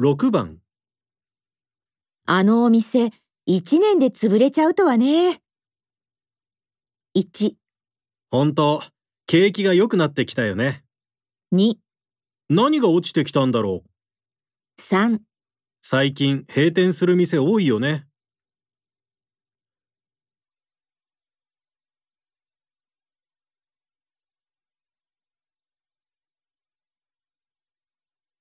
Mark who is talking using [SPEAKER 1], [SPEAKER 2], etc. [SPEAKER 1] 6番、
[SPEAKER 2] あのお店、一年で潰れちゃうとはね。1、
[SPEAKER 1] 本当景気が良くなってきたよね。
[SPEAKER 2] 2、
[SPEAKER 1] 何が落ちてきたんだろう
[SPEAKER 2] 3。
[SPEAKER 1] 最近閉店する店多いよね。